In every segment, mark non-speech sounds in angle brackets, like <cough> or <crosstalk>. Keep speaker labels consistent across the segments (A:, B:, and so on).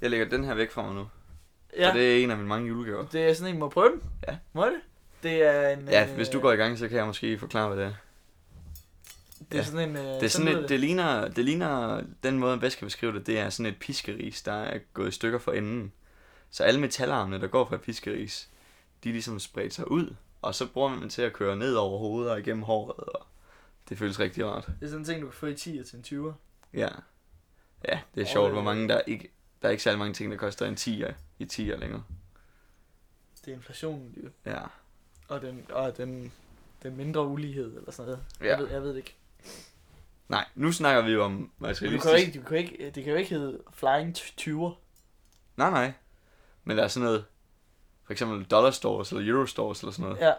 A: Jeg lægger den her væk fra mig nu. Ja.
B: Ja,
A: Og
B: det...
A: det er en af mine mange julegaver.
B: det er sådan en, må prøve den.
A: Ja.
B: Må jeg det? Det er en... øh,
A: Ja, hvis du går i gang, så kan jeg måske forklare, hvad det er.
B: Det er
A: ja.
B: sådan en... Øh,
A: Det, er sådan
B: lyder
A: et, det, ligner, det ligner, den måde, man bedst kan beskrive det, det er sådan et piskeris, der er gået i stykker for enden. Så alle metalarmene, der går fra et piskeris, de er ligesom spredt sig ud, og så bruger man dem til at køre ned over hovedet og igennem håret, og det føles rigtig rart.
B: Det er sådan en ting, du kan få i 10'er til en 20'er.
A: Ja. Ja, det er
B: Og,
A: sjovt,
B: øh,
A: hvor mange der ikke... Der er ikke særlig mange ting, der koster en 10'er i 10'er længere.
B: Det er inflationen, jo.
A: Ja.
B: og den, og den, den mindre ulighed, eller sådan noget.
A: Ja.
B: Jeg, ved, jeg ved det ikke.
A: Nej, nu snakker vi jo om
B: Men du
A: materialistisk.
B: kan jo ikke, du kan jo ikke, øh, det kan jo ikke hedde Flying 20'er.
A: Nej, nej. Men der er sådan noget... For eksempel dollar stores eller euro stores eller sådan noget.
B: Ja,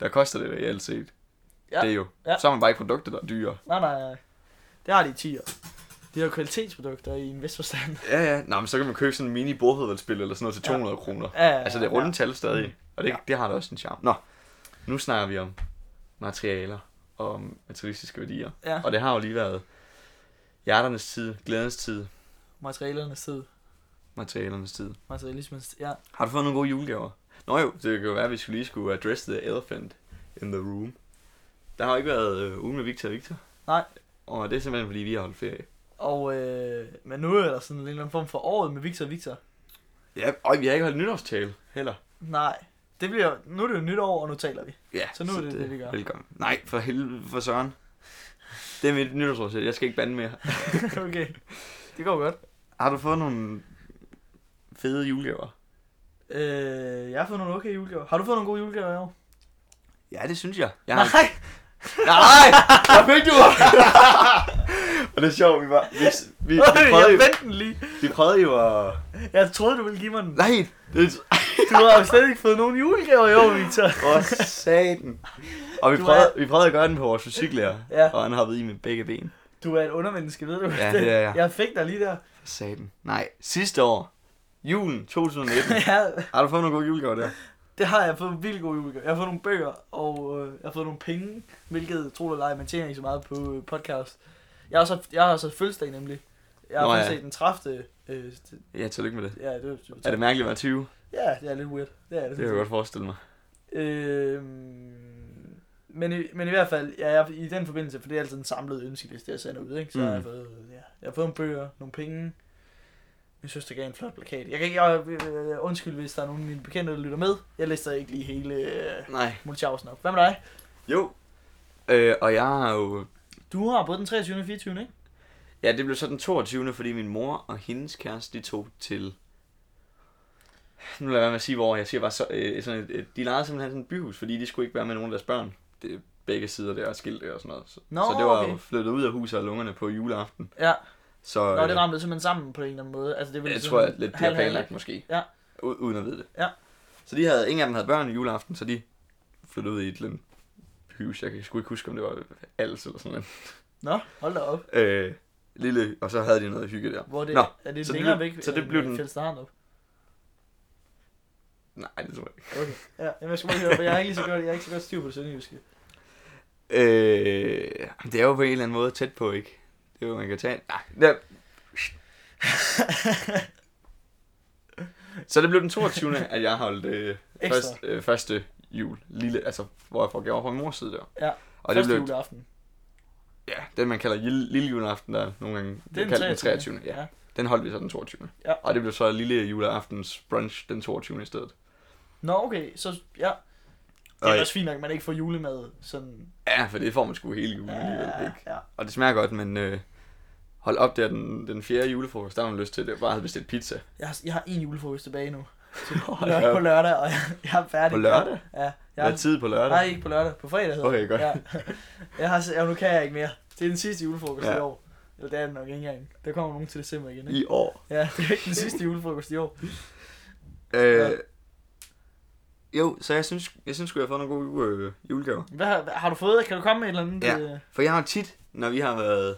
A: Der koster det reelt set.
B: Ja.
A: Det er jo.
B: Ja.
A: Så har man bare ikke produkter, der er dyre.
B: nej, nej, nej. Det har de i 10'er. De har jo kvalitetsprodukter i en vis forstand.
A: Ja, ja. Nå, men så kan man købe sådan en mini bordfodboldspil eller sådan noget til
B: Ja.
A: 200 kroner.
B: Ja, ja,
A: Altså, det er runde
B: ja.
A: tal stadig. Og det,
B: Ja.
A: det har da også en charme. Nå, nu snakker vi om materialer og om materialistiske værdier.
B: Ja,
A: Og det har jo lige været hjerternes tid, glædens tid,
B: materialernes tid.
A: materialernes tid.
B: Materialismens tid. Ja.
A: Har du fået nogle gode julegaver? Nå jo, det kan jo være, at vi skulle lige skulle address the elephant in the room. Der har jo ikke været øh, ugen med Victor og Victor.
B: Nej.
A: Og det er simpelthen, fordi vi har holdt ferie.
B: Og, øh, men nu er der sådan en eller anden form for året med Victor og Victor.
A: Ja, og vi har ikke holdt nytårstale heller.
B: Nej, det bliver, nu er det jo nytår, og nu taler <laughs> vi.
A: Ja,
B: Så nu er det det, vi gør.
A: Velkommen. Nej, for helvede, for søren. Det er mit nytårsforsæt, jeg skal ikke bande mere.
B: okay, det går godt.
A: Har du fået nogle fede julegaver?
B: Øh, jeg har fået nogle okay julegaver. Har du fået nogle gode julegaver i år?
A: Ja, det synes jeg. jeg
B: Nej!
A: Nej! Hvad fik du? <laughs> og det er sjovt, vi var... Vi, vi, vi, prøvede,
B: jeg
A: jo,
B: vendte den lige.
A: vi prøvede jo at...
B: Jeg troede, du ville give mig den.
A: Nej! Det,
B: Du har jo slet ikke fået nogen julegaver i år, Victor.
A: Åh, satan. Og vi
B: Du
A: prøvede, vi prøvede at gøre den på vores fysiklærer,
B: Ja.
A: og han hoppede i med begge ben.
B: Du er et undermenneske, ved du?
A: Ja, det er jeg.
B: Jeg fik dig lige der.
A: For satan. Nej, sidste år, <laughs> julen 2019,
B: Ja,
A: har du fået nogle gode julegaver der?
B: det har jeg fået vildt gode julegaver. Jeg har fået nogle bøger, og øh, jeg har fået nogle penge, hvilket, tro det eller ej, man tjener ikke så meget på øh, podcast. Jeg har, så, jeg har så fødselsdag nemlig. Jeg har
A: Nå, ja.
B: fødselsdag den 30. Øh, det-
A: Ja, tillykke med det.
B: ja, det, det,
A: Er det mærkeligt at være 20?
B: ja, det er lidt weird. Det er det.
A: Det kan jeg godt forestille mig.
B: Øhm, men, i, men i hvert fald, ja, jeg, i den forbindelse, for det er altid en samlet ønskeliste, jeg sender ud, ikke? Så mm. har jeg
A: Mm.
B: fået, ja, jeg har fået nogle bøger, nogle penge, min søster gav en flot plakat. Jeg kan ikke, jeg, jeg, jeg, undskyld, hvis der er nogen af mine bekendte, der lytter med. Jeg læser ikke lige hele øh,
A: Nej.
B: Multiausen op. Hvad med dig?
A: Jo. Øh, og jeg har jo...
B: Du har både den 23. og 24. ikke?
A: Ja, det blev så den 22. fordi min mor og hendes kæreste, de tog til... Nu lader jeg være med at sige, hvor jeg siger bare så, øh, sådan et, et, de lejede simpelthen sådan et byhus, fordi de skulle ikke være med nogen af deres børn. Det, begge sider der og skilte og sådan noget. Så,
B: Nå,
A: så det var jo
B: okay.
A: flyttet ud af huset og lungerne på juleaften.
B: Ja.
A: Så
B: Nå,
A: øh,
B: det ramte simpelthen sammen på en eller anden måde. Altså, det ville
A: jeg
B: sådan
A: tror, at lidt det er
B: halv- halv-
A: planlagt måske.
B: Ja.
A: U- uden at vide det.
B: Ja.
A: Så de havde, ingen af dem havde børn i juleaften, så de flyttede ud i et eller andet hus. Jeg kan sgu ikke huske, om det var Als eller sådan noget.
B: Nå, hold da op.
A: Øh, lille, og så havde de noget hygge der.
B: Hvor det,
A: Nå,
B: er det
A: så det
B: længere
A: blev-
B: væk,
A: så det blev den-
B: den... op.
A: Nej, det tror jeg ikke.
B: Okay. Ja, jamen, jeg skal bare lige høre, for jeg er ikke lige så godt, jeg er ikke så godt styr på det sønderjyske.
A: Øh, det er jo på en eller anden måde tæt på, ikke? Det er jo, man kan tage. Ah, Nej,
B: <laughs>
A: der. Så det blev den 22. at jeg holdt øh,
B: Ekstra.
A: først, øh, første jul, lille, altså hvor jeg får gaver fra min mors side der.
B: Ja,
A: og det
B: Første
A: blev,
B: juleaften.
A: Ja, den man kalder lille, lille juleaften, der nogle gange
B: Det er
A: bliver
B: den
A: kaldt den
B: 23.
A: 23. Ja.
B: Ja.
A: Den holdt vi så den 22.
B: Ja.
A: Og det blev så lille juleaftens brunch den 22. i stedet.
B: Nå, okay, så ja. Det
A: Og-
B: er også fint nok, at man ikke får julemad sådan...
A: Ja, for det får man sgu hele julen alligevel,
B: Ja,
A: ikke?
B: ja.
A: Og det smager godt, men øh, hold op der den, den fjerde julefrokost, der har man lyst til det. Jeg bare havde bestilt pizza.
B: Jeg har, jeg har én julefrokost tilbage nu.
A: <laughs> Hold
B: Lørdag, på
A: op.
B: lørdag, og jeg, jeg er færdig.
A: På lørdag?
B: Ja. Jeg
A: Hvad
B: er,
A: tid på lørdag?
B: nej, ikke på lørdag. På fredag hedder
A: Okay,
B: det.
A: godt.
B: Ja. Jeg har, s- ja, nu kan jeg ikke mere. Det er den sidste julefrokost
A: Ja.
B: i år. Eller det er den nok ikke engang. Der kommer nogen til december igen, ikke?
A: I år.
B: Ja, <laughs> det er ikke den sidste julefrokost i år.
A: Øh,
B: Ja.
A: Jo, så jeg synes, jeg synes sgu, jeg har fået nogle gode øh, julegaver.
B: Hvad har, hvad har du fået? Kan du komme med et eller andet?
A: Ja.
B: øh,
A: For jeg har jo tit, når vi har været,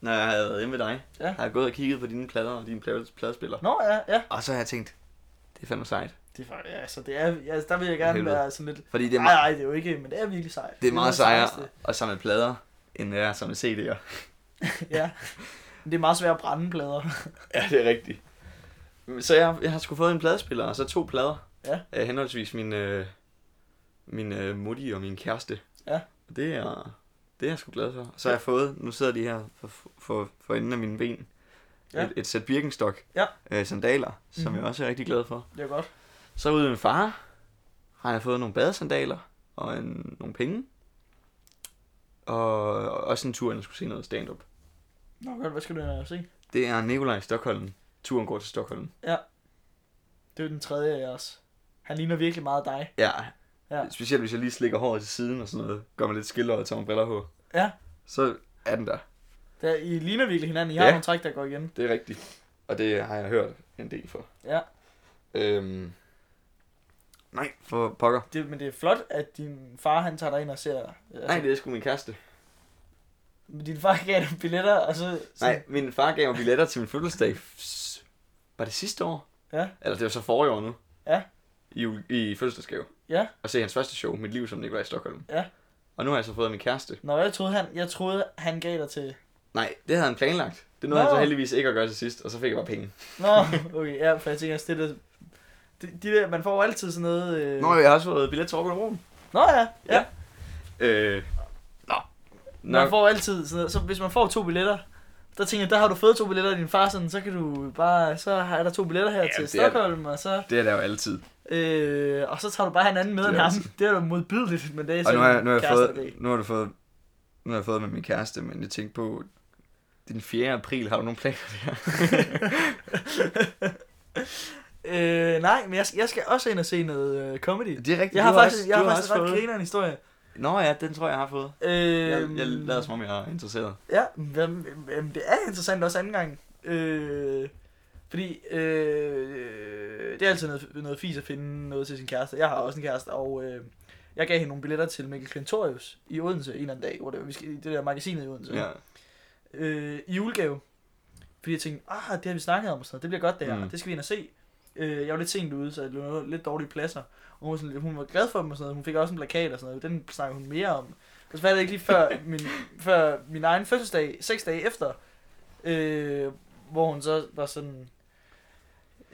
A: når jeg har været hjemme ved dig,
B: Ja.
A: har jeg gået og kigget på dine plader og dine plade- pladespiller.
B: Nå, ja, ja.
A: Og så har jeg tænkt, det er fandme sejt.
B: Det er faktisk, altså, det er, altså, der vil jeg gerne
A: Helvede.
B: være sådan lidt...
A: Fordi det er,
B: Nej,
A: meget,
B: nej, det er jo ikke, men det er virkelig sejt.
A: det er meget
B: noget af det sejeste.
A: sejere at samle plader, end det er at samle CD'er.
B: Ja. Men det er meget svært at brænde plader. <laughs>
A: Ja, det er rigtigt. Så jeg, jeg har sgu fået en pladespiller, og så to plader.
B: Ja.
A: Af henholdsvis min, øh, min øh, mutti og min kæreste.
B: Ja.
A: Og det er, det er jeg sgu glad for. Så har jeg fået, nu sidder de her for, for, for enden af mine ben,
B: Ja.
A: et, et sæt Birkenstock
B: Ja.
A: øh, sandaler, som
B: Mhm.
A: jeg også er rigtig glad for.
B: Det er godt.
A: Så ude med min far har jeg fået nogle badesandaler og en, nogle penge. Og, og også en tur, ind og skulle se noget stand-up.
B: Nå godt, hvad skal du ind og se?
A: Det er Nikolaj i Stockholm. Turen går til Stockholm.
B: Det er jo den tredje af jeres. Han ligner virkelig meget dig.
A: Ja.
B: Ja.
A: ja. Specielt hvis jeg lige slikker håret til siden og sådan noget. Gør mig lidt skiller og tager mine briller på.
B: Ja.
A: Så er den der.
B: Der, I ligner virkelig hinanden. I har
A: Ja.
B: nogle træk, der går igen.
A: Det er rigtigt. Og det har jeg hørt en del for.
B: Ja.
A: Øhm. Nej, for pokker.
B: Det, men det er flot, at din far han tager dig ind og ser... Altså,
A: Nej, det er sgu min kæreste.
B: Din far gav dig billetter, og så... så
A: Nej, min far gav mig billetter til min fødselsdag. s- Var det sidste år?
B: Ja.
A: Eller det var så forrige år nu.
B: Ja.
A: I, jul- i fødselsdagsgave.
B: Ja.
A: Og se hans første show, Mit liv som Nikolaj i Stockholm.
B: Ja.
A: Og nu har jeg så fået min kæreste.
B: Nå, jeg troede, han, jeg troede, han gav dig til...
A: Nej, det havde han planlagt. Det nåede
B: Nå.
A: han så heldigvis ikke at gøre til sidst, og så fik jeg bare penge.
B: Nå,
A: <laughs>
B: okay, ja, for jeg tænker, at det der... De, de der, man får jo altid sådan noget... Øh...
A: Nå, jeg har også fået billet til Rockwood Rom.
B: Nå ja, ja.
A: Ja. Øh, nå.
B: Man
A: Nok,
B: får altid sådan noget. Så hvis man får to billetter, der tænker jeg, der har du fået to billetter af din far, sådan, så kan du bare, så har der to billetter her
A: Ja,
B: ja, til
A: det er-
B: Stockholm, og så,
A: det er der jo altid.
B: øh, og så tager du bare en anden med
A: Det er
B: end ham.
A: altid.
B: Det er da modbydeligt, men det er
A: Og nu har, jeg, nu, har jeg
B: kærester, det Altså, er-
A: fået, nu har du fået, nu har jeg fået med min kæreste, men jeg tænkte på, den 4. april, har du nogle
B: <laughs>
A: planer der?
B: <laughs> øh, nej, men jeg, jeg skal også ind og se noget øh, comedy.
A: Det er rigtigt.
B: Jeg har
A: du
B: faktisk,
A: også-
B: jeg
A: du
B: har faktisk
A: også
B: ret
A: fået-
B: griner en historie.
A: Nå ja, den tror jeg, jeg har fået.
B: Øh,
A: Jeg, jeg lader som om, jeg er interesseret.
B: Ja, jamen, jamen, det er interessant også anden gang. Øh, fordi øh, det er altid noget, noget fis at finde noget til sin kæreste. Jeg har også en kæreste, og øh, jeg gav hende nogle billetter til Mikkel Klintorius i Odense en eller anden dag, hvor det, var- vi skal, i det der magasinet i Odense.
A: Ja.
B: Øh, I julegave. Fordi jeg tænkte, ah, det har vi snakket om, og sådan noget. det bliver godt det her,
A: Mm.
B: mm. det skal vi ind og se. Øh, jeg var lidt sent ude, så det var lidt dårlige pladser. Og hun var, sådan, lidt- hun var glad for dem og sådan noget. Hun fik også en plakat og sådan noget. Den snakkede hun mere om. Og så var det ikke lige før min, før min egen fødselsdag, seks dage efter, øh, hvor hun så var sådan...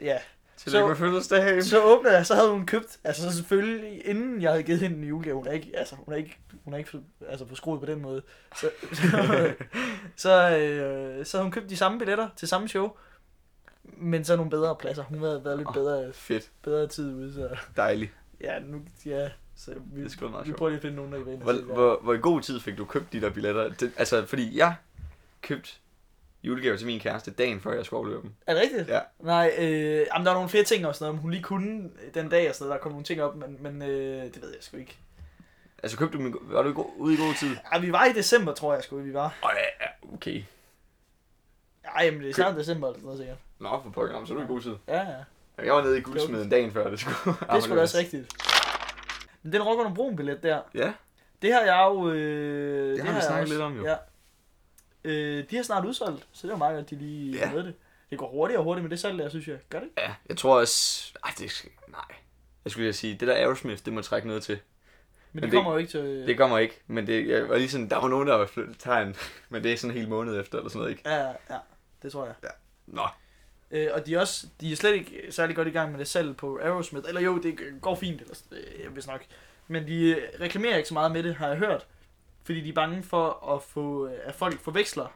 B: Ja,
A: Tillykke med fødselsdagen.
B: så åbnede jeg, så havde hun købt, altså så selvfølgelig, inden jeg havde givet hende en julegave, hun er ikke, altså, hun er ikke, hun er ikke altså, forskruet på den måde, så,
A: <laughs>
B: så, så, øh, så havde hun købt de samme billetter til samme show, men så nogle bedre pladser. Hun havde været lidt
A: Åh.
B: bedre,
A: Fedt.
B: bedre tid ude, så
A: Dejligt.
B: ja, nu, ja, så vi,
A: Det er sgu da meget
B: vi
A: sjovt.
B: prøver lige at finde nogen, der kan være inde og se,
A: Hvor,
B: hvad-
A: hvor, hvor i god tid fik du købt de der billetter? Det, altså, fordi jeg købte julegaver til min kæreste dagen før jeg skulle aflevere dem.
B: Er det rigtigt?
A: Ja.
B: Nej, øh, jamen, der var nogle flere ting og sådan noget, men hun lige kunne den dag og sådan noget, der kom nogle ting op, men, men øh, det ved jeg sgu ikke.
A: Altså, købte du dem, i- var du i god, ude i god tid?
B: Ej, vi var i december, tror jeg sgu, vi var.
A: Åh, ja, ja, okay.
B: Ej, men det er snart december eller sådan noget, sikkert.
A: Nå, for pokker, jamen, så er du i god tid.
B: Ja, ja.
A: Jamen, Jeg var nede i guldsmeden dagen før, det skulle
B: Det er sgu da også rigtigt. Men den Rockerne Broen billet der,
A: Ja,
B: det har jeg jo... Øh,
A: det, har vi
B: jeg
A: snakket
B: også-
A: lidt om jo.
B: Ja. Øh, de har snart udsolgt, så det er jo meget godt, de lige
A: Ja.
B: ja. ved det. Det går hurtigere og hurtigere med det salg der, synes jeg. Gør det? ikke?
A: Ja, jeg tror også... Ej, det skal... Nej. Jeg skulle lige sige, det der Aerosmith, det må jeg trække noget til.
B: Men,
A: Men
B: det,
A: det-
B: kommer jo ikke til...
A: Det kommer ikke, men det jeg var lige sådan, der var nogen, der var flyttet tegn, men det er sådan en hel måned efter, eller sådan noget, ikke?
B: Ja, ja, ja, det tror jeg.
A: Nå,
B: Øh, og de er, også, de er slet ikke særlig godt i gang med det salg på Aerosmith. Eller jo, det går fint, eller, øh, hvis nok. Men de øh, reklamerer ikke så meget med det, har jeg hørt. Fordi de er bange for, at, få, øh, at folk forveksler.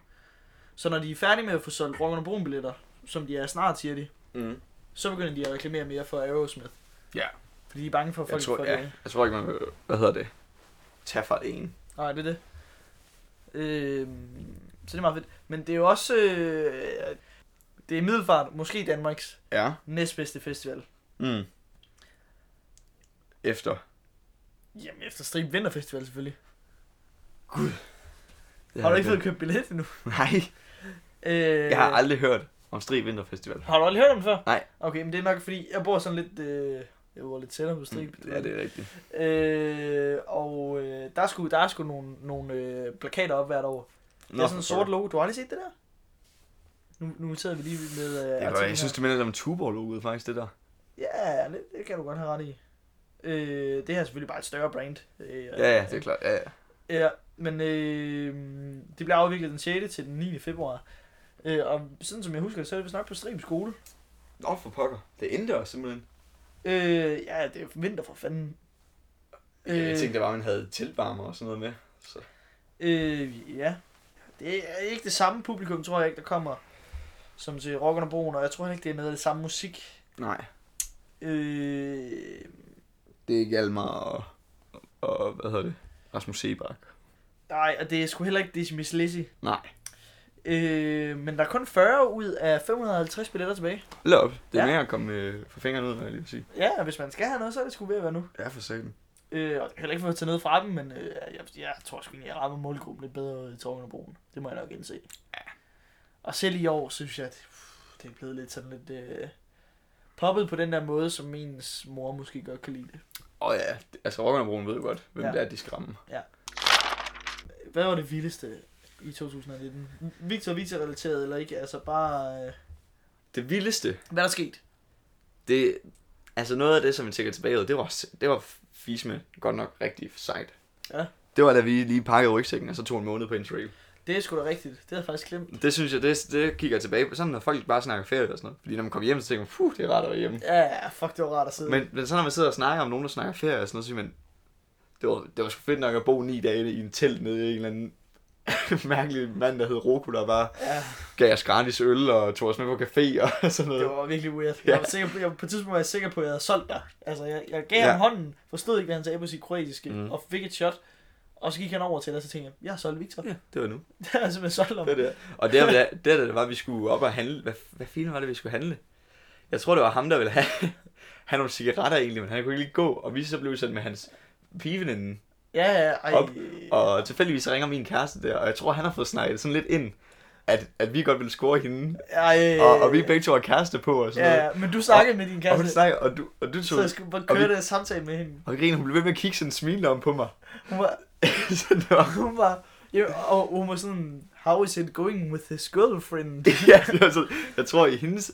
B: Så når de er færdige med at få solgt Rockerne Brun billetter, som de er snart, siger de,
A: mm.
B: så begynder de at reklamere mere for Aerosmith.
A: Ja.
B: Fordi de er bange for, at
A: jeg,
B: folk
A: tror,
B: får
A: ja, jeg tror ikke, man vil, Hvad hedder det? Tag fra det ene.
B: Nej, det er det. Øh, så det er meget fedt. Men det er jo også... Øh, det er middelfart, måske Danmarks
A: Ja.
B: næstbedste festival.
A: Mm. Efter.
B: Jamen, efter Strip Vinterfestival selvfølgelig.
A: Det
B: har du
A: jeg
B: ikke fået
A: glemt.
B: købt billet endnu?
A: Nej,
B: Øh,
A: jeg har aldrig hørt om Strig Vinterfestival.
B: har du aldrig hørt om det før?
A: Nej.
B: Okay, men det er nok fordi, jeg bor sådan lidt... Øh, jeg bor lidt tættere på Strip.
A: Mm, ja, det er rigtigt.
B: Øh, og øh, der skulle der er sgu nogle, nogle øh, plakater op hvert år. Nå, det er sådan en
A: for
B: sort
A: pokker.
B: logo. Du har aldrig set det der? Nu, nu noterede vi lige med... Øh,
A: Det var,
B: artiklen
A: jeg synes,
B: her.
A: det minder lidt om Tuborg-logoet, faktisk, det der.
B: Ja, det, det kan du godt have ret i. Øh, det her er selvfølgelig bare et større brand. Øh,
A: Ja, ja, det er klart. Ja, ja.
B: Ja, men øh, det bliver afviklet den 6. til den 9. februar. Øh, og sådan som jeg husker, det, så er det vist nok på Strim skole.
A: Nå for pokker. Det er indendørs simpelthen.
B: Øh, ja, det er vinter for fanden.
A: Øh... Jeg tænkte, det var, at man havde tilvarmer og sådan noget med. Så.
B: Øh, ja. Det er ikke det samme publikum, tror jeg ikke, der kommer som til Rockerne og Broen, og jeg tror heller ikke, det er noget af det samme musik.
A: Nej,
B: Øh,
A: det er ikke Almar og, og hvad hedder det? Rasmus Sebak.
B: nej, og det er sgu heller ikke Dizzy Miss Lizzy.
A: Nej.
B: Øh, men der er kun 40 ud af 550 billetter tilbage.
A: Hold op. Det er
B: Ja.
A: ja. mere at komme øh, for fingrene ud, hvad jeg lige vil sige.
B: Ja, og hvis man skal have noget, så er det sgu ved at være nu.
A: Ja, for satan.
B: Øh, og det er heller ikke for at tage noget fra dem, men øh, jeg, jeg tror sgu egentlig, jeg rammer målgruppen lidt bedre i Torven og Broen. Det må jeg nok indse. Og selv i år, synes jeg, at pff, det er blevet lidt sådan lidt øh, poppet på den der måde, som ens mor måske godt kan lide det.
A: Åh oh, ja, det- altså Rockerne Broen ved jo godt, hvem
B: Ja.
A: ja. det er, de skal ramme.
B: Hvad var det vildeste i 2019? Victor Victor relateret eller ikke? Altså bare, øh,
A: Det vildeste,
B: hvad der skete?
A: det, altså noget af det, som vi tænker tilbage ud, det var, s- det var fisme godt nok rigtig sejt.
B: Ja.
A: Det var da vi lige pakkede rygsækken, og så tog en måned på interrail.
B: Det er sgu da rigtigt. Det havde jeg faktisk glemt.
A: Det synes jeg, det, det kigger jeg tilbage på. Sådan når folk bare snakker ferie og sådan noget. Fordi når man kommer hjem, så tænker man, fuh, det er rart at være hjemme.
B: Ja, ja, fuck, det var rart at sidde.
A: Men, men så når man sidder og snakker om nogen, der snakker ferie og sådan noget, så siger man, det var, det var sgu fedt nok at bo ni dage i en telt nede i en eller anden <laughs> mærkelig mand, der hed Roku, der bare
B: Ja,
A: gav os gratis øl og tog os med på café og <laughs> sådan noget.
B: det var virkelig weird. Jeg var
A: Ja.
B: sikker på, jeg, på et tidspunkt var jeg sikker på, at jeg havde solgt dig. Altså, jeg, jeg gav ham
A: Ja.
B: hånden, forstod ikke, hvad han sagde på sit kroatiske, mm.
A: Mm.
B: og fik et shot. Og så gik han over til dig, og så tænkte jeg, jeg har solgt Victor.
A: ja, det var nu.
B: Det har jeg simpelthen solgt ham.
A: Det der. Og der, der, der, der var, at vi skulle op og handle. Hvad, hvad fanden var det, vi skulle handle? Jeg tror, det var ham, der ville have, <laughs> have nogle cigaretter egentlig, men han kunne ikke lige gå. Og vi så blev sendt med hans pigeveninde.
B: Ja, ja, ej.
A: Op, Og tilfældigvis ringer min kæreste der, og jeg tror, han har fået snakket sådan lidt ind, at, at vi godt ville score hende.
B: ej,
A: Og, og vi begge to var kæreste på og sådan
B: Øh, Ja,
A: noget.
B: ja, men du snakkede med din
A: Og hun
B: kæreste,
A: snakker, og du, og du
B: så
A: tog...
B: jeg skulle bare
A: og vi-
B: køre det samtale med hende.
A: Og Grine, hun blev ved med at kigge sådan smilende om på
B: <laughs>
A: mig.
B: Hun var,
A: så det var... <laughs>
B: hun var, ja, og hun var sådan, how is it going with his girlfriend?
A: Ja, det var sådan, jeg tror, i hendes,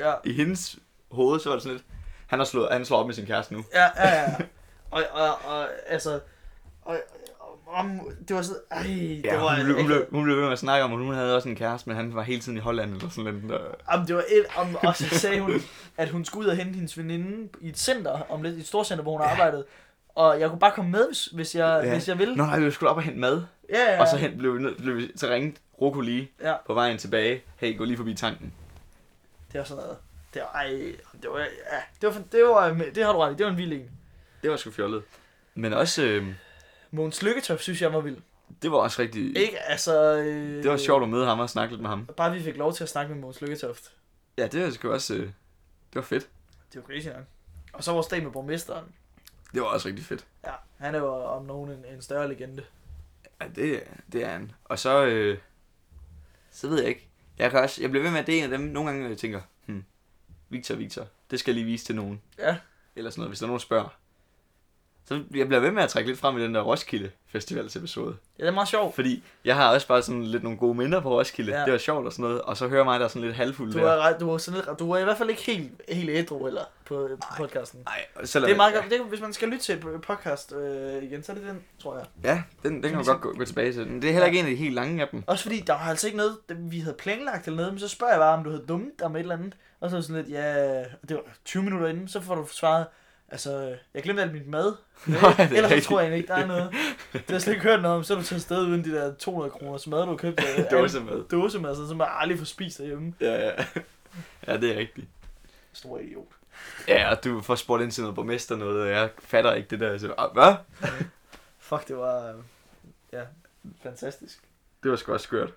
B: Ja,
A: i hendes hoved, så var det sådan lidt... Han har slået, han slår op med sin kæreste nu.
B: ja, ja, ja. Og, og, og altså, og, og, og, det var sådan, ej, det
A: Ja,
B: var,
A: hun, blev, hun, blev, hun blev ved med at snakke om, at hun havde også en kæreste, men han var hele tiden i Holland eller sådan lidt. øh. Der...
B: Jamen, det var et, om, og så sagde hun, at hun skulle ud og hente hendes veninde i et center, om lidt, i et storcenter, hvor hun ja. arbejdede. Og jeg kunne bare komme med, hvis, hvis, jeg, ja.
A: Ja.
B: hvis jeg ville.
A: Nå, nej, vi skulle op og hente mad,
B: Ja, ja,
A: og så, hen, blev, vi nød- blev, vi- så ringte Roku lige
B: Ja.
A: på vejen tilbage. Hey, gå lige forbi tanken.
B: Det var sådan noget. Det var, ej, det var, ja, det var, det var, det har du ret i, det var en vild en.
A: Det var sgu fjollet. Men også, øh,
B: Mogens Lykketoft synes jeg var vild.
A: det var også rigtig...
B: Ikke, altså... Øh,
A: Det var sjovt at møde ham og snakke lidt med ham.
B: Bare vi fik lov til at snakke med Mogens Lykketoft.
A: Ja, det var sgu også... Øh, det var fedt.
B: Det var crazy nok. Og så vores dag med borgmesteren.
A: Det var også rigtig fedt.
B: Ja, han er jo om nogen en, en større legende.
A: Ja, det, det er han. Og så... Øh, så ved jeg ikke. Jeg, kan også, jeg bliver ved med, at det er en af dem, nogle gange jeg tænker, hmm, Victor, Victor, det skal jeg lige vise til nogen.
B: Ja.
A: Eller sådan noget, hvis der er nogen, der spørger. Så jeg bliver ved med at trække lidt frem i den der Roskilde Festivals episode.
B: Ja, det er meget sjovt.
A: Fordi jeg har også bare sådan lidt nogle gode minder på Roskilde.
B: Ja.
A: Ja. Det var sjovt og sådan noget. Og så hører mig, der er sådan lidt halvfuld
B: Du
A: der.
B: er, ret- du, er sådan lidt, du er i hvert fald ikke helt, helt ædru eller på, på podcasten.
A: Nej, selvom...
B: Det er meget godt. Det, er- hvis man skal lytte til et podcast øh, igen, så er det den, tror jeg.
A: Ja, den, den kan man godt gå, gå tilbage til. Men det er heller ikke en af de helt lange af dem.
B: Også fordi, der var altså ikke noget, det- vi havde planlagt eller noget, men så spørger jeg bare, om du havde dummet dig med et eller andet. Og så er det sådan lidt, ja, og det var 20 minutter inden, så får du svaret, altså, jeg glemte alt mit mad.
A: Nå,
B: Nej,
A: <laughs> det er
B: Ellers så
A: rigtigt.
B: tror jeg egentlig ikke, der er noget. Det har jeg slet ikke hørt noget om, så er du taget afsted uden de der 200 kroner mad, du har købt.
A: <laughs>
B: øh, af alle
A: Dåse med.
B: Dåsemasser, som man aldrig får spist derhjemme.
A: Ja, ja. Ja, det er rigtigt.
B: Stor idiot.
A: Ja, og du får spurgt ind til noget borgmester noget, og jeg fatter ikke det der. Så, "Ah, hvad?
B: Fuck, det var, øh, ja, fantastisk.
A: Det var sgu også skørt.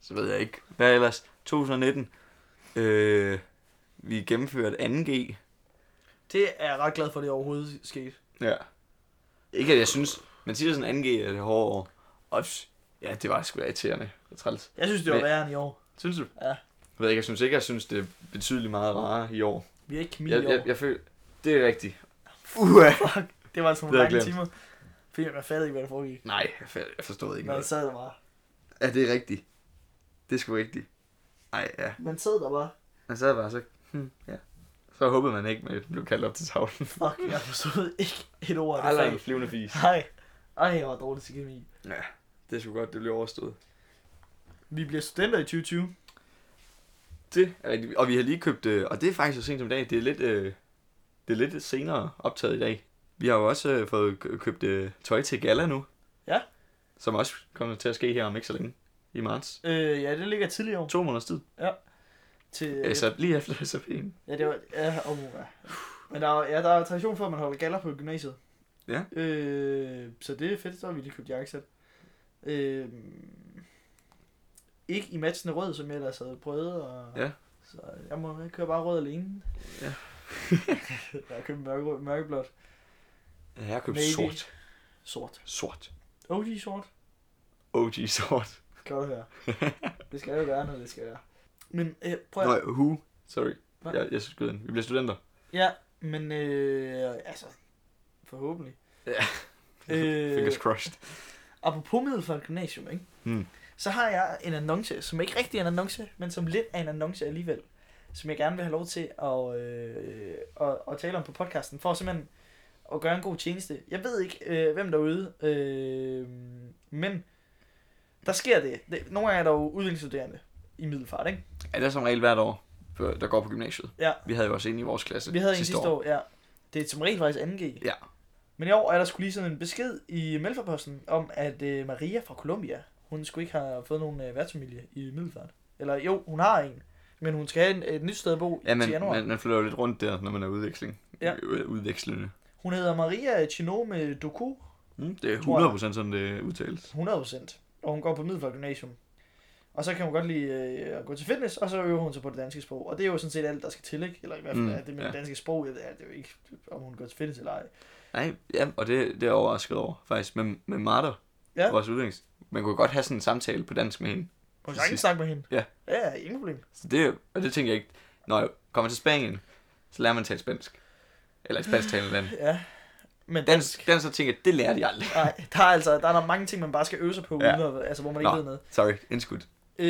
A: Så ved jeg ikke. Hvad ellers? 2019. Øh, vi gennemførte 2G.
B: Det er jeg ret glad for, at det overhovedet skete.
A: Ja. Ikke at jeg synes, man siger sådan 2G er det hårde år. Og ja, det var sgu da irriterende og træls.
B: Jeg synes, det var
A: Men-
B: værre end i år.
A: Synes du?
B: Ja.
A: Jeg ved ikke, jeg synes ikke, jeg synes, det er betydeligt meget rarere i år.
B: Vi er ikke kemi i
A: Jeg,
B: år.
A: jeg, jeg føler, det er rigtigt. Uha.
B: Det var altså nogle
A: Det har
B: lange
A: jeg
B: timer. Fordi man fattede ikke, hvad der foregik.
A: Nej, jeg fa- jeg forstod ikke
B: Man
A: noget.
B: sad der bare.
A: Ja, det er rigtigt. Det er sgu rigtigt. Ej, ja.
B: Man sad der bare.
A: Man sad bare så... Hmm, ja. Så håbede man ikke, man blev kaldt op til tavlen.
B: Fuck, jeg forstod <laughs> ikke et ord af det
A: Aldrig en
B: fag.
A: flyvende fis.
B: Nej. Ej, jeg var dårlig til kemi.
A: Ja, det er sgu godt, det blev overstået.
B: Vi bliver studenter i 2020.
A: Det er rigtigt. Og vi har lige købt, øh, og det er faktisk så sent som i dag, det er lidt, øh, det er lidt senere optaget i dag. Vi har jo også øh, fået kø- købt øh, tøj til gala nu.
B: Ja.
A: Som også kommer til at ske her om ikke så længe. I marts.
B: Øh, ja, det ligger tidligere år.
A: To måneders tid.
B: Til,
A: Ja, så lige efter SAP'en.
B: Ja, det var... Ja, oh, ja. Men der er, ja, der er tradition for, at man holder galler på gymnasiet.
A: Ja.
B: Øh, så det er fedt, så har vi lige købt jakkesæt. Øh, ikke i matchende rød, som jeg ellers havde prøvet. Og,
A: Ja.
B: Så jeg må jeg kører bare rød alene.
A: Ja.
B: <laughs> jeg har købt mørke, mørkeblåt.
A: Ja, jeg har købt
B: Maybe.
A: sort.
B: Sort.
A: Sort.
B: OG sort.
A: OG sort.
B: Kan du
A: <laughs>
B: høre. det skal jo være, når det skal være. Men øh, prøv at...
A: Nej, who? Sorry.
B: Hvad?
A: Jeg, jeg skyder ind. Vi bliver studenter.
B: Ja, men øh, altså, forhåbentlig.
A: Ja.
B: øh,
A: Fingers crossed.
B: apropos Middelfart Gymnasium, ikke?
A: Hmm.
B: så har jeg en annonce, som ikke rigtig er en annonce, men som lidt er en annonce alligevel, som jeg gerne vil have lov til at, øh, at, at tale om på podcasten, for simpelthen at gøre en god tjeneste. Jeg ved ikke, øh, hvem derude, øh, men der sker det. det. Nogle gange er der jo udviklingsstuderende i Middelfart, ikke?
A: Ja, det er som regel hvert år, før- der går på gymnasiet.
B: Ja.
A: Vi havde jo også en i vores klasse
B: Vi havde en sidste år. ja. Det er som regel faktisk 2G.
A: Ja.
B: Men i år er der skulle lige sådan en besked i Melforposten om, at øh, Maria fra Colombia, hun skulle ikke have fået nogen øh, værtsfamilie i Middelfart. Eller jo, hun har en, men hun skal have en, et nyt sted at bo
A: Ja,
B: ja,
A: man,
B: til januar.
A: man, man flytter jo lidt rundt der, når man er udveksling.
B: Ja.
A: Øh, Udvekslende.
B: Hun hedder Maria Chinome Doku,
A: Mm, det er
B: Tror jeg.
A: 100% sådan, det udtales.
B: 100%, og hun går på Middelfart Gymnasium. Og så kan hun godt lide øh, at gå til fitness, og så øver hun sig på det danske sprog. Og det er jo sådan set alt, der skal til, ikke? Eller i hvert fald
A: Mm,
B: mm, er det med
A: ja.
B: det danske sprog, ja, det er det jo ikke, om hun går til fitness eller ej.
A: Nej, ja, og det, det er jeg overrasket over, faktisk. Med, med Martha,
B: Ja.
A: vores udviklings. Man kunne godt have sådan en samtale på dansk med hende.
B: Hun kan
A: Præcis.
B: sagtens snakke med hende.
A: Ja.
B: Ja, ingen problem.
A: Så det, og det tænker jeg ikke. Når jeg kommer til Spanien, så lærer man tale spansk. Eller et spansktalende
B: <laughs>
A: land.
B: Ja, men dansk.
A: Dansk, dansk, så tænker jeg, det lærte jeg aldrig.
B: Nej, der er altså der er nok mange ting, man bare skal øve sig på,
A: Ja.
B: ja. uden at, altså, hvor man ikke
A: Nå.
B: ved noget.
A: Sorry, indskudt.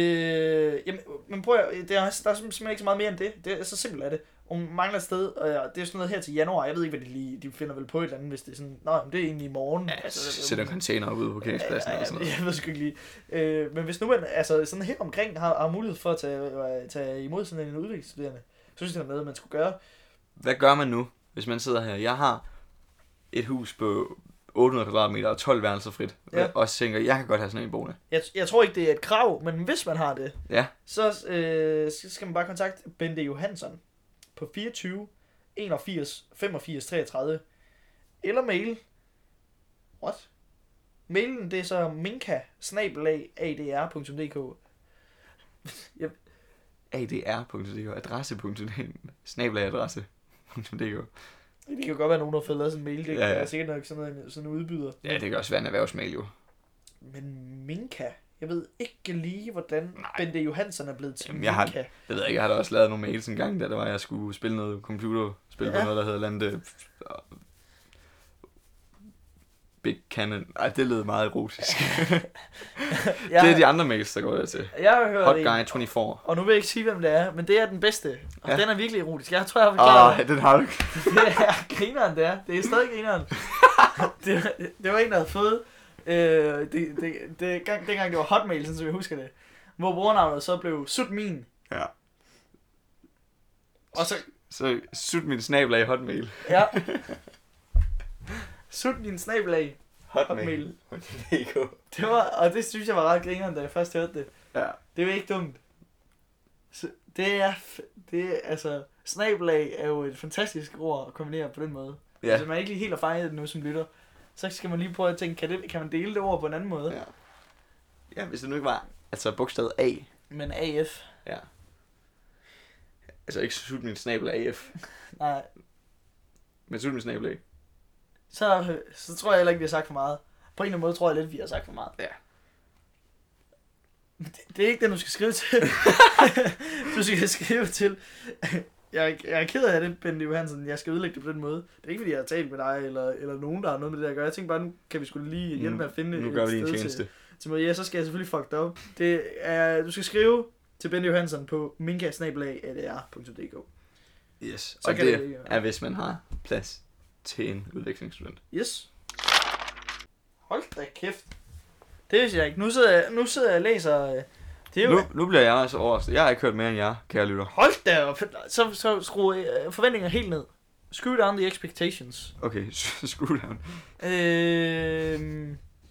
B: Øh, jamen, men prøv at, det er, også- der er simpelthen ikke så meget mere end det. det er, så simpelt er det. Og Hun mangler et sted, og ja, det er sådan noget her til januar. Jeg ved ikke, hvad de lige de finder vel på et eller andet, hvis det er sådan, nej, men det er egentlig i morgen. Altså, øh,
A: Ja, s- sætter en container ude på parkeringspladsen
B: Ja, ja,
A: eller sådan noget.
B: Jeg ved sgu ikke lige. Øh, men hvis nu man altså, sådan helt omkring har, har mulighed for at tage, øh, tage imod sådan en udviklingsstuderende, så synes jeg, det er noget, man skulle gøre.
A: Hvad gør man nu, hvis man sidder her? Jeg har et hus på 800 kvadratmeter og 12 værelser frit.
B: Ja.
A: Ja. Og så tænker, jeg kan godt have sådan en boende.
B: Jeg, jeg tror ikke, det er et krav, men hvis man har det,
A: Ja,
B: så øh, så skal man bare kontakte Bente Johansson på 24 81 85 33 eller mail. What? Mailen det er så minka adr.dk
A: adr.dk, adresse.dk, snabelagadresse.dk.
B: Det kan jo godt være nogen, der har fået lavet sådan en mail. Det
A: Ja, ja.
B: er sikkert nok sådan, noget, sådan en udbyder.
A: Ja, det kan også være en erhvervsmail jo.
B: Men minka? Jeg ved ikke lige, hvordan
A: Nej.
B: Bente Johansson er blevet til
A: Jamen, jeg har-
B: minka.
A: Det ved jeg ikke, jeg har da også lavet nogle mails en gang, da det var, jeg skulle spille noget computerspil ja.
B: Ja.
A: på noget, der hedder Lande... øh, Big Cannon. Ej, det lød meget erotisk.
B: Jeg,
A: Det er de andre mails, der går der til.
B: jeg har hørt
A: Hot
B: en,
A: Guy 24.
B: og nu vil jeg ikke sige, hvem det er, men det er den bedste. Og
A: Ja.
B: ja. den er virkelig erotisk. Jeg tror, jeg har forklaret
A: Åh, den har du ikke.
B: <laughs> det er grineren, det er. Det er stadig
A: <laughs>
B: grineren. det, det var en, der havde fået... Øh, det, det, det, gang, dengang det var Hotmail, sådan som jeg husker det. Hvor brugernavnet så blev sut min.
A: Ja.
B: Og så...
A: Så sut min snabel i hotmail.
B: Ja. sut min snabelag. Hotmail.
A: Hotmail. <laughs>
B: Det var, og det synes jeg var ret grineren, da jeg først hørte det.
A: ja.
B: Det er jo ikke dumt. Så det er... f- Det er altså... Snabelag er jo et fantastisk ord at kombinere på den måde. Ja.
A: Ja.
B: Hvis man ikke lige helt har fanget det nu som lytter, så skal man lige prøve at tænke, kan, det, kan man dele det ord på en anden måde? Ja.
A: ja. Ja, hvis det nu ikke var, altså bogstavet A.
B: Men AF,
A: Ja. Altså ikke sut min snabel AF,
B: nej,
A: men sut min snabel A.
B: så, så tror jeg heller ikke, vi har sagt for meget. På en eller anden måde tror jeg lidt, vi har sagt for meget.
A: Ja.
B: Men Det, det er ikke det, du skal skrive
A: <laughs>
B: til. du skal skrive til... Jeg, er- jeg er ked af det, Bente Johansen. Jeg skal ødelægge det på den måde. Det er ikke, fordi jeg har talt med dig, eller, eller nogen, der har noget med det der at gøre. Jeg tænkte bare, nu kan vi skulle lige hjælpe med at finde
A: Mm. Nu
B: et
A: gør vi lige en
B: sted
A: tjeneste.
B: til Maria, så skal jeg selvfølgelig fuck dig op. Det er, du skal skrive til Bente Johansen på minka-adr.dk.
A: Yes,
B: Så
A: og
B: kan
A: det
B: det ligge, ja.
A: er, hvis man har plads til en udvekslingsstudent.
B: Yes. Hold da kæft. Det vidste jeg ikke. Nu sidder jeg, nu sidder jeg og læser øh, Det er jo...
A: Nu, nu bliver jeg altså overrasket. Jeg har ikke hørt mere end jer, kære lytter.
B: Hold da op. Så, så skru øh, forventninger helt ned. Screw down the expectations.
A: Okay, <laughs> screw down.
B: Øh,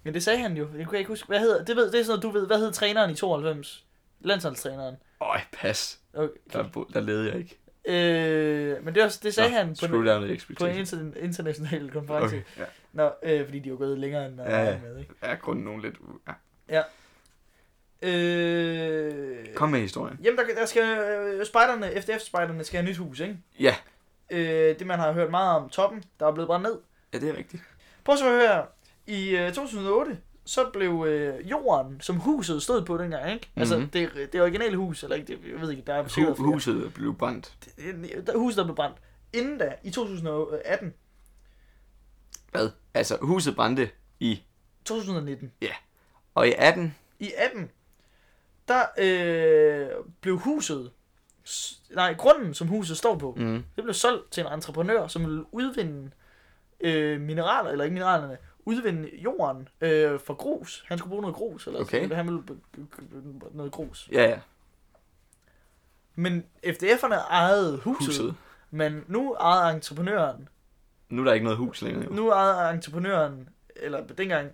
B: men det sagde han jo. Jeg kunne ikke huske, hvad hedder... Det, ved, det er sådan noget, du ved. Hvad hed træneren i 92? Landsholdstræneren.
A: Øj, pas.
B: Okay.
A: Der, bo- der led jeg ikke.
B: Øh, men det, var, det sagde Nå, han på
A: Screw down
B: en,
A: the
B: på en
A: expectation.
B: inter- international konference.
A: Okay,
B: Okay.
A: ja.
B: Nå, øh, fordi de var gået længere end
A: Ja, ja.
B: øh, med, ikke?
A: Er grunden nogen lidt... u- Ja.
B: Øh,
A: Kom med historien.
B: Jamen, der, der skal øh, spejderne, FDF-spejderne skal have nyt hus, ikke?
A: Ja.
B: Øh, det, man har hørt meget om, toppen, der er blevet brændt ned.
A: Ja, det er rigtigt.
B: Prøv så at høre her. I øh, 2008, så blev øh, jorden, som huset stod på dengang, ikke? Altså,
A: Mhm.
B: det, det originale hus, eller ikke, det, jeg ved ikke, der er sikkert
A: Hu-
B: flere.
A: huset blev brændt.
B: Det- det- Huset, der blev brændt. Inden da, i 2018,
A: Hvad? Altså, huset brændte i...
B: 2019,
A: Og i 18...
B: i 18, der øh, blev huset, s- nej, grunden, som huset står på,
A: Mm.
B: Det blev solgt til en entreprenør, som ville udvinde øh, mineraler, eller ikke mineralerne, udvinde jorden øh, for grus. Han skulle bruge noget grus, eller
A: Okay.
B: sådan, han ville b- b- b- noget grus.
A: Ja, ja.
B: Men FDF'erne ejede huset,
A: Huset.
B: huset, men nu ejede entreprenøren,
A: Nu er der ikke noget hus længere. Jo.
B: nu ejede entreprenøren, eller dengang,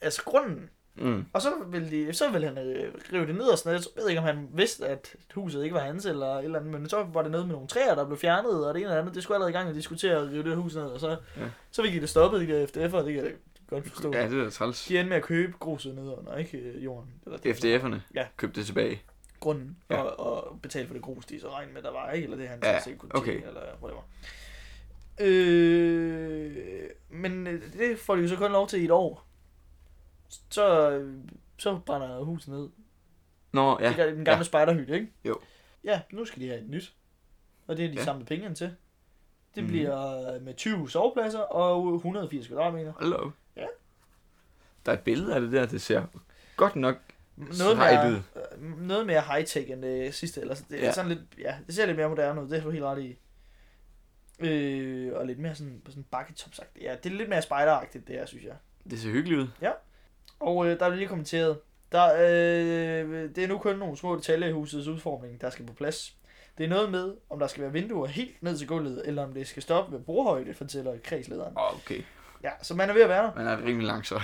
B: altså grunden.
A: Mm.
B: Og så ville, de, så ville han øh, rive det ned og sådan noget. Jeg ved ikke, om han vidste, at huset ikke var hans eller et eller andet, men så var det noget med nogle træer, der blev fjernet, og det ene og det andet. Det skulle allerede i gang at diskutere at rive det hus ned, og så,
A: Ja.
B: ja. så fik de det stoppet, de der FDF'er, det kan jeg godt forstå.
A: Ja,
B: Ja.
A: det er da træls.
B: De endte med at købe gruset nedenunder, ikke øh, jorden, eller det,
A: FDF'erne
B: Ja.
A: købte det tilbage.
B: grunden,
A: Ja.
B: ja. og, og betale for det grus, de så regnede med, der var, ikke? Eller det han
A: Ja,
B: ja. set kunne
A: okay.
B: tjene, eller whatever. Øh, men øh, det får de jo så kun lov til i et år. Så, øh, så brænder huset ned.
A: Nå, ja.
B: Ja. Det gør den gamle ja. spejderhytte, ikke?
A: Jo.
B: Ja, nu skal de have et nyt. Og det har de
A: Ja.
B: ja. samlet pengene til. Det
A: Mhm.
B: mm. bliver med 20 sovepladser og 180 kvadratmeter.
A: Hold da op.
B: Ja.
A: Der er et billede af det der, det ser godt nok
B: Noget
A: Sejt
B: mere, øh, noget mere high-tech end det sidste. Eller sådan, det,
A: Ja.
B: ja. sådan lidt, ja, det ser lidt mere moderne ud, det har du helt ret i. Øh, og lidt mere sådan, på sådan bakketopsagt. Ja, det er lidt mere spejderagtigt, det her, synes jeg.
A: Det ser hyggeligt ud.
B: Og øh, der er lige kommenteret, der, øh, det er nu kun nogle små detaljer i husets udformning, der skal på plads. Det er noget med, om der skal være vinduer helt ned til gulvet, eller om det skal stoppe ved bordhøjde, fortæller kredslederen.
A: Åh, okay.
B: Ja, så man er ved at være der.
A: Man er rimelig lang så.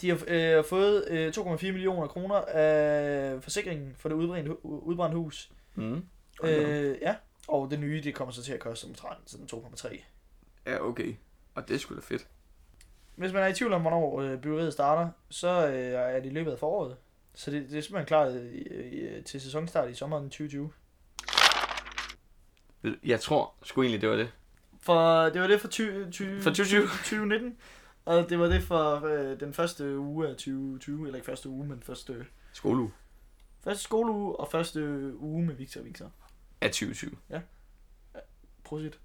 B: De har øh, fået øh, 2,4 millioner kroner af forsikringen for det udbrændte, hu- udbrændte hus.
A: Mm. Hold da op.
B: Øh, ja, og det nye, det kommer så til at koste omtrent sådan 2,3.
A: Ja, okay. Og det er sgu da fedt.
B: Hvis man er i tvivl om, hvornår øh, byggeriet starter, så øh, er det i løbet af foråret. Så det, det er simpelthen klar øh, til sæsonstart i sommeren 2020.
A: Ved- Jeg tror sgu egentlig, det var det.
B: For det var det for, 20, 20,
A: For 2020.
B: 2019. Og det var det for øh, den første uge af 2020. Eller ikke første uge, men første,
A: Skoleuge
B: første skoleuge og første uge med Victor og Victor.
A: af 2020.
B: Prosit.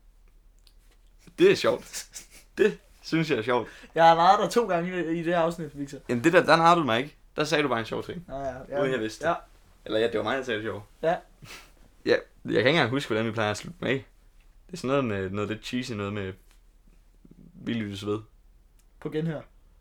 A: Det er sjovt. Det synes jeg er sjovt.
B: Jeg har været der to gange i, i det her afsnit, Victor.
A: Jamen det der, der narrede du mig ikke. Der sagde du bare en sjov ting.
B: Nå, ja, ja.
A: Uden jeg vidste det.
B: Ja.
A: Eller ja, det var mig, der sagde det sjovt.
B: Ja.
A: ja. Jeg kan ikke engang huske, hvordan vi plejer at slutte med. Det er sådan noget med noget lidt cheesy, noget med... Vi lyttes ved.
B: På genhør.